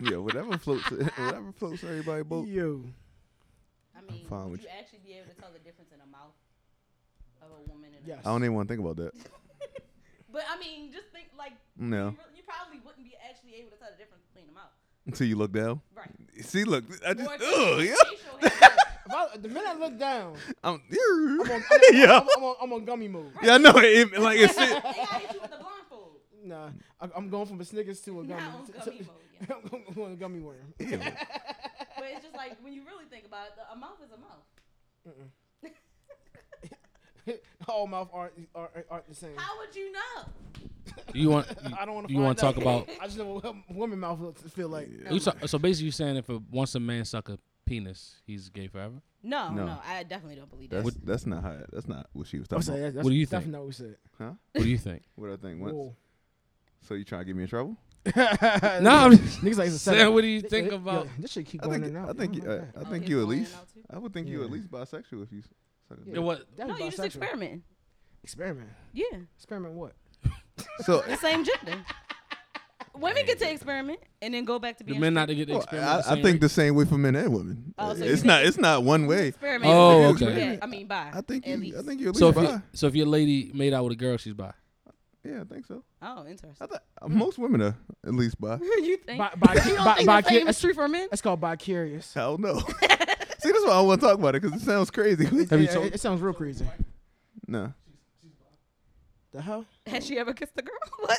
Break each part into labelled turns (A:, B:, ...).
A: yeah, whatever floats, whatever floats everybody boat.
B: Yo.
C: I mean,
A: fine
C: would
A: with
C: you actually be able to tell the difference in the mouth of a woman and a
B: Yes.
A: I don't even want to think about that.
C: But I mean, just think like
A: No,
C: you, re- you probably wouldn't be actually able to tell the difference between them out.
A: until you look down.
C: Right.
A: See, look, I just,
C: Or if
A: ugh,
C: it's
A: yeah.
C: facial hair,
B: If I, the minute I look down,
A: I'm,
B: I'm on, I'm on,
A: yeah,
B: I'm, I'm on, I'm on gummy mode.
A: yeah, I know. It, like it's
C: They gotta hit you with the blindfold.
B: Nah, I, I'm going from a Snickers to a gummy.
C: Not on gummy mode, yeah.
B: I'm going to gummy worm.
A: Ew.
C: But it's just like when you really think about it, the, a mouth is a mouth.
B: All mouth aren't, aren't, aren't the same.
C: How would you know?
D: You want?
B: I don't want to.
D: You want to talk about?
B: I just know what a woman mouth looks- feel like.
A: Yeah.
D: you ta- so basically, you're saying if a, once a man suck a penis, he's gay forever.
C: No,
A: No.
C: no,
A: no,
C: I definitely don't believe that.
A: that's that's not how, that's not what she was
B: I'm
A: talking
B: saying,
A: about.
B: that's, that's
D: What do you think?
B: definitely not what we said.
D: What do you think?
A: What I think once.
B: Whoa.
A: So you trying to get me in trouble?
D: no,
B: nah,
D: I'm just
B: niggas like to
D: saying,
B: set up.
D: what do you
B: Th-
D: think
B: th-
D: about?
B: yo, this shit keep
A: I
B: going
A: think
B: in and
A: I
B: out.
A: think
B: Oh my
A: uh,
B: God.
A: I
C: Oh,
A: think
C: his
A: you at
C: phone went
A: least
C: out too?
A: I would think you at
B: Yeah.
A: least bisexual if you suck a dick.
B: Yeah.
D: Yo, what?
B: That
C: No,
B: is
C: you just
B: bisexual.
C: experimenting.
B: Experiment.
C: Yeah,
B: Experiment what?
A: So
C: the same gender. Women get to experiment and then go back to
D: The
C: being.
D: men not to get the
A: well,
D: experiment.
A: oh, I,
D: the
A: I
D: same
A: think
D: way?
A: the same way for men and women.
C: Oh,
A: Uh,
C: so you
A: it's
C: think-
A: not it's not one way.
C: Experiment.
D: Oh,
C: Yeah,
D: okay.
C: Yeah, I mean, bye.
A: I think
C: at
A: you,
C: least.
A: I think you at least
D: So if
A: bi.
D: you, so if your lady made out with a girl, she's bi.
A: yeah, I think so.
C: Oh,
A: I
C: interesting.
A: th- most women are at least bi.
C: you think?
B: Bi- bi-
C: you don't
B: bi-
C: think
B: bi-
C: the same
B: that's-
C: is true for men?
B: That's called bicurious.
A: I don't know. See, that's why I want to talk about it because it sounds crazy.
D: Have you
B: Yeah,
D: told-
B: It, it sounds real crazy.
A: no,
B: The hell?
C: Has she ever kissed a girl? What?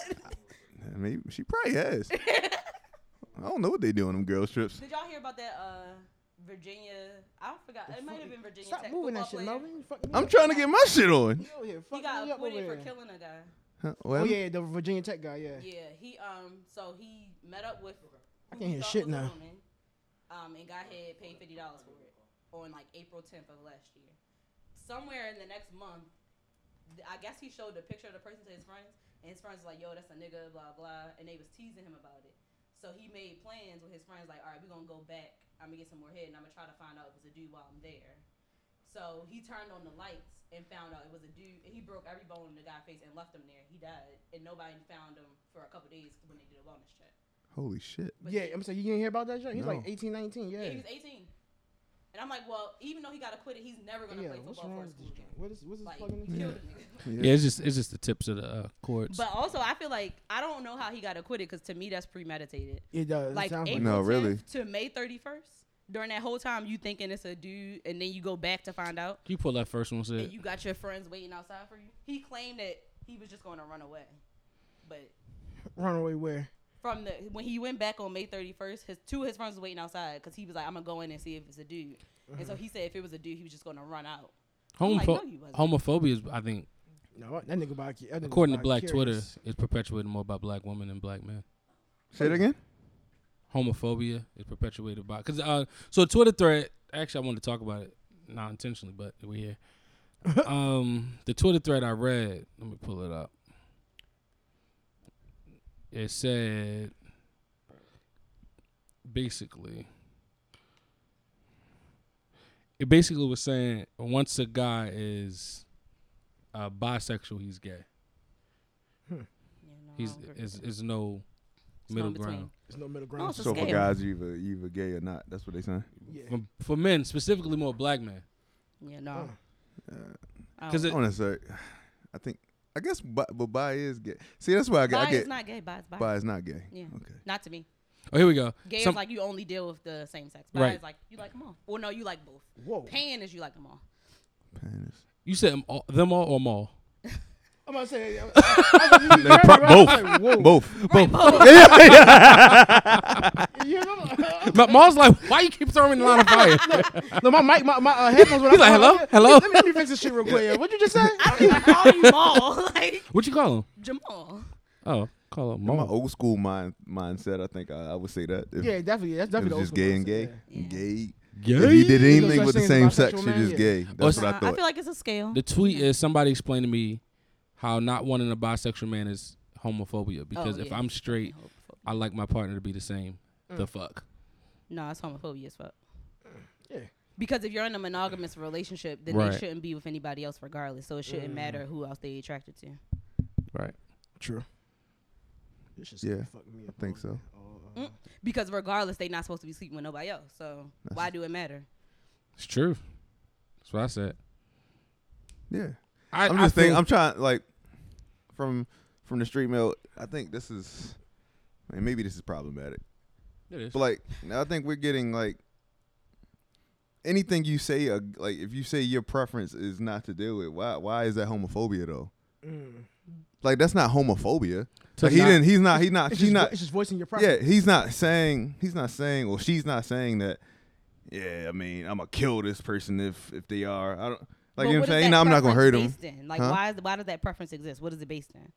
A: I mean, she probably has. I don't know what they do on them girl trips.
C: Did y'all hear about that uh, Virginia? I forgot. It might have been Virginia
B: Stop
C: Tech
B: moving
C: football
B: that shit,
C: player.
B: Melvin. You fucking-
A: I'm trying to get my shit on.
B: You over here
C: He
B: fucking
C: got
B: me up
C: acquitted
B: over
C: for
B: here.
C: killing a guy.
A: Huh,
B: Oh
A: well,
B: yeah, the Virginia Tech guy. Yeah.
C: Yeah, he um, so he met up with.
B: I
C: who
B: can't
C: he
B: hear
C: thought
B: shit
C: was a
B: now.
C: woman, Um, and got hit paid fifty dollars for it on like April tenth of last year. Somewhere in the next month, th- I guess he showed the picture of the person to his friends, and his friends was like, "Yo, that's a nigga," blah blah, and they was teasing him about it. So he made plans with his friends, like, "All right, we're gonna go back. I'm gonna get some more head, and I'm gonna try to find out if it's a dude while I'm there." So he turned on the lights and found out it was a dude. And he broke every bone in the guy's face and left him there. He died, and nobody found him for a couple days when they did a wellness check.
A: holy shit.
C: But
B: Yeah,
C: he-
B: I'm saying you didn't hear about that shit. He's like
A: No.
B: 18, 19. Yeah.
C: yeah, he was 18, and I'm like, well, even though he got acquitted, he's never gonna
B: Yeah,
C: play
B: what's
C: football
B: wrong
C: for a
B: with this?
C: school
B: guy?
C: again.
B: What is what's this
C: Like,
B: fucking?
C: he
A: Yeah.
C: killed a nigga.
A: Yeah.
D: Yeah, it's just it's just the tips of the uh, cords.
C: But also, I feel like I don't know how he got acquitted because to me that's premeditated.
B: It does.
C: Like April
A: No, really.
C: 10th to May 31st. During that whole time, you thinking it's a dude, and then you go back to find out,
D: Can you pull that first one? Said
C: and you got your friends waiting outside for you. He claimed that he was just going to run away, but
B: Runaway where?
C: from the when he went back on May 31st, his two of his friends was waiting outside because he was like, "I'm gonna go in and see if it's a dude." And so he said, if it was a dude, he was just gonna run out. I'm like,
D: homopho-
C: no, oh, you wasn't.
D: homophobia is, I think,
B: No, that nigga by that nigga
D: according to Black Twitter,
B: bicurious.
D: is perpetuated more by black women than black men.
A: Say it again.
D: Homophobia is perpetuated by because uh, so Twitter thread. Actually, I wanted to talk about it, not intentionally, but we're here. um, the Twitter thread I read. Let me pull it up. It said basically. It basically was saying once a guy is uh, bisexual, he's gay.
C: Yeah, no, I
D: He's
C: don't agree.
D: is is no
C: no
D: middle
C: in between.
D: ground.
B: There's no middle ground.
C: It's a
A: So for
C: scam.
A: guys, you either you either gay or not. That's what they saying.
B: yeah.
D: For, for men, specifically more black men.
C: yeah, no.
B: Mm.
C: I don't-
D: 'Cause it-
A: Honestly, I think I guess bi, but bi is gay. See, that's why I, got
C: bi
A: I get
C: is not gay. Bi is bi.
A: bi is not gay.
C: Yeah.
A: Okay.
C: Not to me.
D: Oh, here we go.
C: Gay
D: Some-
C: is like you only deal with the same sex. Bi
D: Right.
C: is like you like them all. Well, no, you like both.
B: Whoa.
C: Pan is you like them all.
A: Penis.
D: you said them all, them all or them all?
B: I'm about to say. I- I- you- you heard
A: pro-
B: it, right?
A: both.
B: I'm like, whoa.
A: Both.
C: Oh. Right, both.
B: You hear them?
D: Ma- Maul's like, why you keep throwing me in the line of fire?
B: No, my mic, my, my uh, headphones. When
D: He's
B: I
D: like,
B: come on,
D: hello, hello.
B: Let me, let me fix this shit real quick. What'd you just say?
C: I don't even call you Maul. like
D: What you call him?
C: Jamal.
D: Oh, call him
A: In my
D: Maul.
A: old school mind mindset, I think I, I would say that. If
B: Yeah, definitely. That's
A: it
B: definitely
A: was
B: the
A: just
B: old school
A: gay and gay.
B: concept,
C: Yeah.
A: Gay.
D: Gay.
A: If you did
B: Ain't no
A: anything
B: such
A: with the
B: thing as
A: same
B: bisexual
A: sex, you're
B: man,
A: just
B: yeah.
A: gay. That's what I
C: Uh, I
A: thought.
C: feel like it's a scale.
D: The tweet is somebody explained to me how not wanting a bisexual man is homophobia because if
C: Oh, yeah. Mm.
D: I'm straight, I like my partner to be the same. The fuck.
C: No, it's homophobia as fuck.
B: yeah. Yeah.
C: Because if you're in a monogamous relationship, then
D: Right.
C: they shouldn't be with anybody else regardless. So it shouldn't matter who else they attracted to.
D: Right.
B: True. This shit's
A: Yeah,
B: gonna fuck me up
A: think
B: all-
A: so.
B: all-
C: Because regardless, they not supposed to be sleeping with nobody else. So why do it matter?
D: It's true. That's what I said.
A: Yeah.
D: I,
A: I'm
D: I
A: just thinking.
D: feel-
A: I'm trying like from from the street mail. I think this is, and maybe this is problematic.
D: It is.
A: But like, I think we're getting like anything you say. Uh, like, if you say your preference is not to deal with, why why is that homophobia though? Like, that's not homophobia.
D: To
A: Like, he
D: not-
A: didn't. He's not. He's not.
B: It's
A: She's
B: just,
A: not.
B: it's just voicing your
A: Yeah,
B: preference.
A: he's not saying. He's not saying. Well, she's not saying that. Yeah, I mean, I'm gonna kill this person if if they are. I don't. Like
C: But
A: you know
C: what
A: what
C: is
A: I'm saying?
C: that
A: No, I'm not gonna hurt
C: preference
A: him.
C: based in? Like
A: Huh?
C: why is why does that preference exist? What is it based in?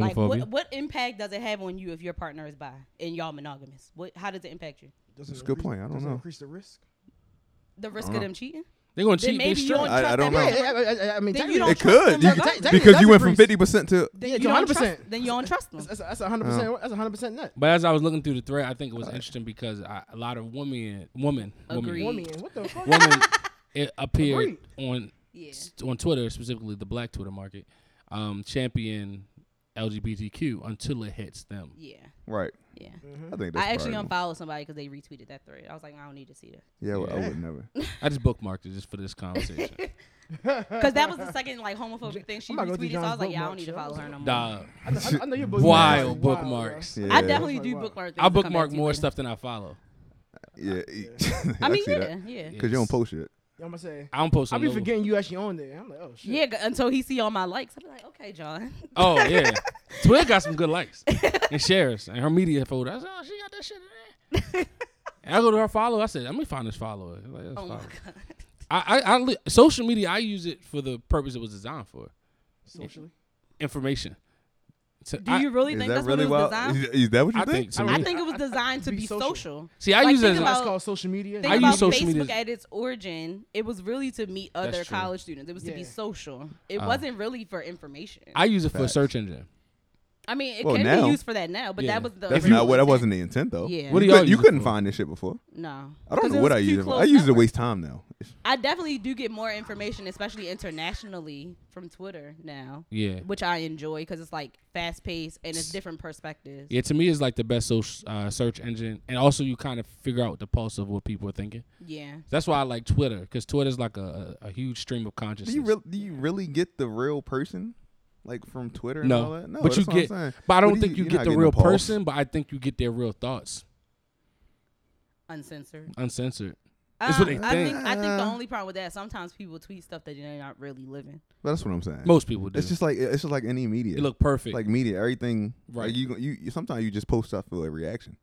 C: Like
D: Homophobia.
C: what, what impact does it have on you if your partner is bi and y'all monogamous? What how does it impact you?
B: Doesn't
A: That's a good
B: increase-
A: point. I don't
B: doesn't
A: know.
B: Increase the risk.
C: The risk
A: dunno.
C: of them cheating?
D: They're gonna
C: Then
D: cheat. They
C: maybe you don't
D: straight.
A: Uh-huh. I- I
C: trust
A: don't
C: that
A: know.
C: person.
B: Yeah, I, I, I mean,
C: Then
B: technically-
C: you don't
A: It
C: trust them
A: could you,
B: that
C: regardless.
B: much.
A: because you
B: That's
A: went from
B: increased.
A: fifty percent to
C: Then
B: Yeah,
C: you
B: it's
C: don't
B: 100%.
C: trust- Then you don't trust them.
B: That's, that's, that's 100%.
A: Oh.
B: That's 100% net.
D: But as I was looking through the thread, I think it was interesting because I, a lot of women, women,
C: Agreed.
D: women,
B: Woman, what the fuck?
D: women, it appeared
B: Agreed.
D: on
C: Yeah.
D: on Twitter, specifically the Black Twitter market, um, champion LGBTQ until it hits them.
C: Yeah.
A: right.
C: Yeah.
B: Mm-hmm.
A: I think that's
C: I actually
A: probably-
C: unfollowed somebody because they retweeted that thread. I was like, I don't need to see that.
A: Yeah, I would- I
B: Yeah.
A: would never.
D: I just bookmarked it just for this conversation.
C: Because that was the second like homophobic thing she
B: I'm not gonna do
C: retweeted. So I was
B: John's
C: like, yeah, I don't
B: bookmarks,
C: need to
B: yo.
C: follow her no more.
D: Nah,
B: I know, I know your bookmarks.
D: wild
B: bro.
D: bookmarks.
A: Yeah.
C: I definitely
B: Like,
C: do
B: wow.
C: bookmark things.
D: I
C: to come back
D: bookmark
C: to you
D: more
C: later.
D: stuff than I follow.
A: Yeah,
C: I mean, yeah, yeah.
A: because you don't post shit.
B: Yeah, I'm gonna say.
D: I don't post.
B: I'll
D: on
B: be
D: those.
B: forgetting you actually on there. I'm like, oh shit.
C: Yeah, g- until he see all my likes, I'll be like, okay, John.
D: Oh yeah, Twitter got some good likes and shares and her media folder. I said, oh, she got that shit in there. And I go to her follower. I said, let me find this follower. Like, "Let's
C: Oh my
D: follow."
C: god.
D: I, I, I li- social media. I use it for the purpose it was designed for:
B: Socially.
D: information. So
C: Do
D: I-
C: you really
A: Is
C: think
A: that
C: that's
A: really
C: what it was
A: wild?
C: designed?
A: Is, is that what you
D: I think so.
C: I
D: Yeah.
C: think it was
B: I- I-
C: designed to
B: be
C: be
B: social.
C: social.
D: see, I
C: like,
D: use it.
C: think
D: As,
B: That's
D: an-
C: about-
B: called social media.
C: Think
D: I
C: about
D: use social
C: Facebook
D: media-
C: at its origin, it was really to meet other
D: true.
C: college students. It was to be
B: Yeah.
C: social. It
A: Uh.
D: Oh.
C: wasn't really for information. I,
D: I use it for a
A: Facts.
D: search engine.
C: mean, it
A: Well,
C: can
A: now-
C: be used for that now, but
D: Yeah.
C: that was the
A: That's
C: original
A: not what. That
C: intent.
A: wasn't the intent though.
C: Yeah.
D: What do
A: you,
D: y'all
A: couldn't- you
D: use it
A: couldn't
D: for?
A: find this shit before.
C: No.
A: I don't
C: 'Cause
A: know
C: it
A: what
C: was
A: I
C: too
A: use it for. I
C: close
A: use it to
C: knit.
A: waste time now. It's-
C: I definitely do get more information, especially internationally, from Twitter now,
D: Yeah,
C: which I enjoy because it's like fast paced and it's different perspectives.
D: yeah. To me, it's like the best social uh, search engine, and also you kind of figure out the pulse of what people are thinking.
C: Yeah.
D: That's why I like Twitter because Twitter's like a, a, a huge stream of
A: Do
D: consciousness.
A: you really do you really get the real person like from Twitter? And all
D: No,
A: that? no,
D: but you
A: that's what I'm
D: get,
A: saying.
D: but I
A: What
D: don't
A: do
D: think you,
A: you're
D: get
A: not
D: the
A: getting
D: real
A: pulse.
D: person. But I think you get their real thoughts,
C: Uncensored.
D: uncensored.
C: Um,
D: It's what they
C: I think.
D: think.
C: I think the
A: Uh,
C: only problem with that sometimes people tweet stuff that they're not really living.
A: That's what I'm saying.
D: Most people do.
A: It's just like it's just like any media.
D: you look perfect.
A: like media, everything. Right.
D: Right.
A: Like you, you you- sometimes you just post stuff for a reaction.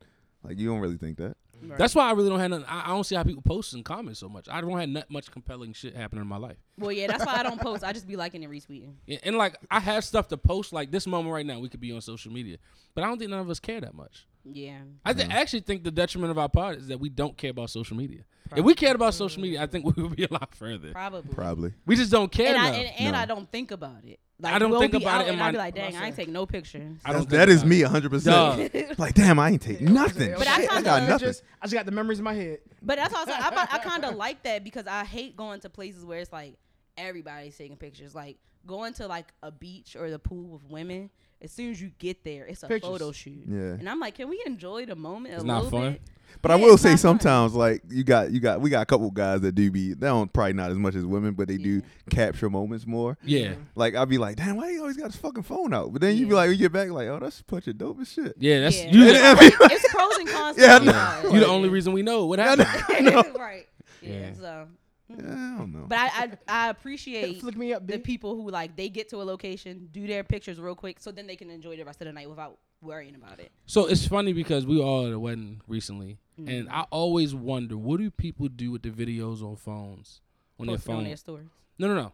A: Like you don't really think that.
D: That's why I really don't have. Nothing, I, I don't see how people post and comment so much. I don't have not much compelling shit happening in my life.
C: Well, yeah, that's why I don't post. I just be liking and retweeting.
D: Yeah, and like I have stuff to post. Like this moment right now, we could be on social media, but I don't think none of us care that much.
C: Yeah.
D: I th- actually think the detriment of our pod is that we don't care about social media. If we cared about social media, I think we would be a lot further.
C: Probably.
A: Probably.
D: We just don't care
C: And I
D: enough.
C: and, and I don't think about it. Like,
D: I don't
C: we'll
D: think
C: be
D: about
C: out
D: it in
C: and I'll be
D: my-
C: like, dang, I ain't take no pictures.
D: I don't.
A: That
D: think
A: is
D: about
A: me
D: it.
A: 100.
D: Duh.
A: percent Like damn, I ain't take nothing.
C: But I
A: Shit, I
C: kinda-
A: got nothing.
B: Just, I just got the memories in my head.
C: But that's also I, about- I kind of like that because I hate going to places where it's like everybody's taking pictures. Like going to like a beach or the pool with women. As soon as you get there, it's a
B: Pictures.
C: photo shoot.
A: Yeah.
C: And I'm like, can we enjoy the moment
D: It's
C: a
D: not
C: little
D: fun.
C: bit?
A: But I
C: Yeah,
A: will
C: it's
A: say
C: not fun.
A: sometimes like you got you got we got a couple guys that do be they don't probably not as much as women, but they do capture moments more.
D: Yeah,
A: Like I'll be like, damn, why you always got his fucking phone out? But then you be
C: Yeah.
A: like, you get back like, oh, that's a bunch of dope as shit.
D: yeah. That's
C: Yeah.
D: you.
A: And
C: Like, it's pros and cons. to
A: Yeah, I
C: both
A: know.
C: sides.
D: you the only reason we know what happened.
C: right. Yeah.
D: Yeah.
C: So,
A: Yeah, I don't know.
C: but I I, I appreciate
B: Flick me up,
C: the
B: bitch.
C: people who like they get to a location, do their pictures real quick, so then they can enjoy the rest of the night without worrying about it.
D: So it's funny because we were all at a wedding recently,
C: Mm-hmm.
D: and I always wonder what do people do with the videos on phones on their
C: Post it on
D: phone?
C: their stories.
D: no, no, no,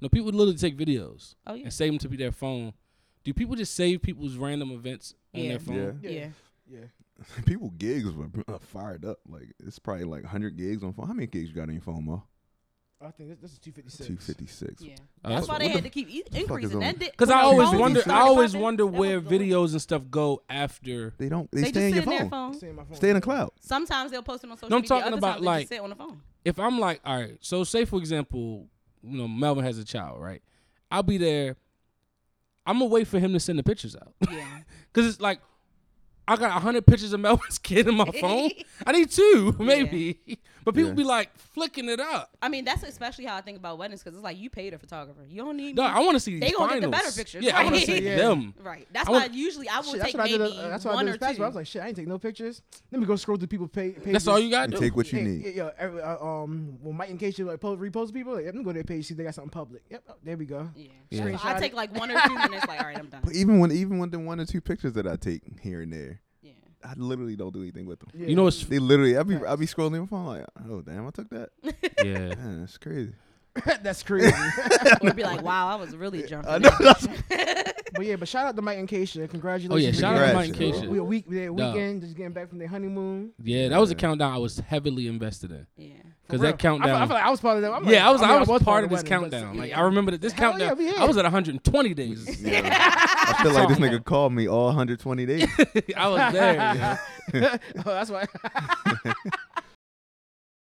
D: no. People literally take videos
C: Oh yeah.
D: and save them to be their phone. Do people just save people's random events on
C: Yeah.
D: their phone? Oh,
C: yeah.
B: Yeah. Yeah.
A: People gigs were uh, fired up. Like it's probably like 100 gigs on phone. How many gigs you got on your phone, Ma?
B: I think this, this is 256.
A: 256.
C: Yeah.
D: Oh,
C: that's,
D: that's-
C: why
D: what
C: they
D: the
C: had to keep e-
A: is
C: increasing.
A: on-
C: That did-
D: Because
C: when
D: I
C: the
D: always
C: phones
D: wonder,
C: started
D: I always
C: popping,
D: wonder
C: that was
D: where
C: going.
D: videos and stuff go after.
A: They don't. They,
C: They
A: stay
C: just
A: in
C: sit
A: your
C: in their
A: phone.
C: phone.
B: Stay in my phone.
A: Stay in the cloud.
C: Sometimes they'll post it on social
D: No, I'm
C: media.
D: talking
C: Other
D: about,
C: times they
D: like-
C: just sit on the phone.
D: If I'm like, all right, so say for example, you know, Melvin has a child, right? I'll be there. I'm gonna wait for him to send the pictures out.
C: Yeah.
D: Cause it's like, I got hundred pictures of Melvin's kid in my phone. I need two, maybe. But people
A: Yeah.
D: be like flicking it up.
C: I mean, that's especially how I think about weddings because it's like you paid a photographer. You don't need.
D: No,
C: me.
D: I want to see.
C: Mm-hmm. They
D: these
C: gonna get the
D: finals.
C: better pictures,
D: Yeah, I want to
C: right?
D: see
B: Yeah.
D: them.
C: Right. That's
D: I
C: why
D: want-
C: usually I will
B: Shit,
C: take
B: that's what I did.
C: maybe
B: uh, that's what I
C: one
B: did
C: or
B: this past,
C: two.
B: but I was like, shit, I ain't take no pictures. Let me go scroll through people's pay. pages.
D: That's all you got.
A: and take what you
B: Hey,
A: need.
B: Yeah, every- uh, um, when Mike and Casey like post, repost people, like, yep, let me go to their page see if they got something public. Yep, oh, there we go.
C: yeah.
D: Yeah.
C: So I
B: Screenshot
C: take
B: it.
C: like one or two, and it's like, all right, I'm done.
A: But even when even when the one or two pictures that I take here and there,
C: Yeah.
A: I literally don't do anything with them.
B: Yeah.
D: You know what's?
A: They literally, I'll be I'll be scrolling my phone like, oh damn, I took that.
D: yeah.
A: Man, that's crazy.
B: that's crazy.
C: Or be like, wow, I was really jumping.
A: I know that's
B: but yeah, but shout out to Mike and Keisha. Congratulations.
D: Oh yeah. Shout out to Mike and
A: Congrats,
D: Keisha.
B: We a week, we a
D: Dog.
B: weekend, just getting back from their honeymoon.
D: Yeah, that was a
A: Yeah.
D: countdown I was heavily invested in
C: Yeah.
D: because
B: Real.
D: that countdown.
B: I feel, I feel like I was part of that. I'm
D: yeah,
B: like-
D: I was. I,
B: mean,
D: was, part of this
B: the wedding, but
D: countdown.
B: yeah.
D: Like I remember that this
B: Hell yeah,
D: countdown.
B: we
D: I
B: had.
D: was at 120 days.
A: I feel like this nigga called me all 120 days.
D: I was there.
B: oh, that's why.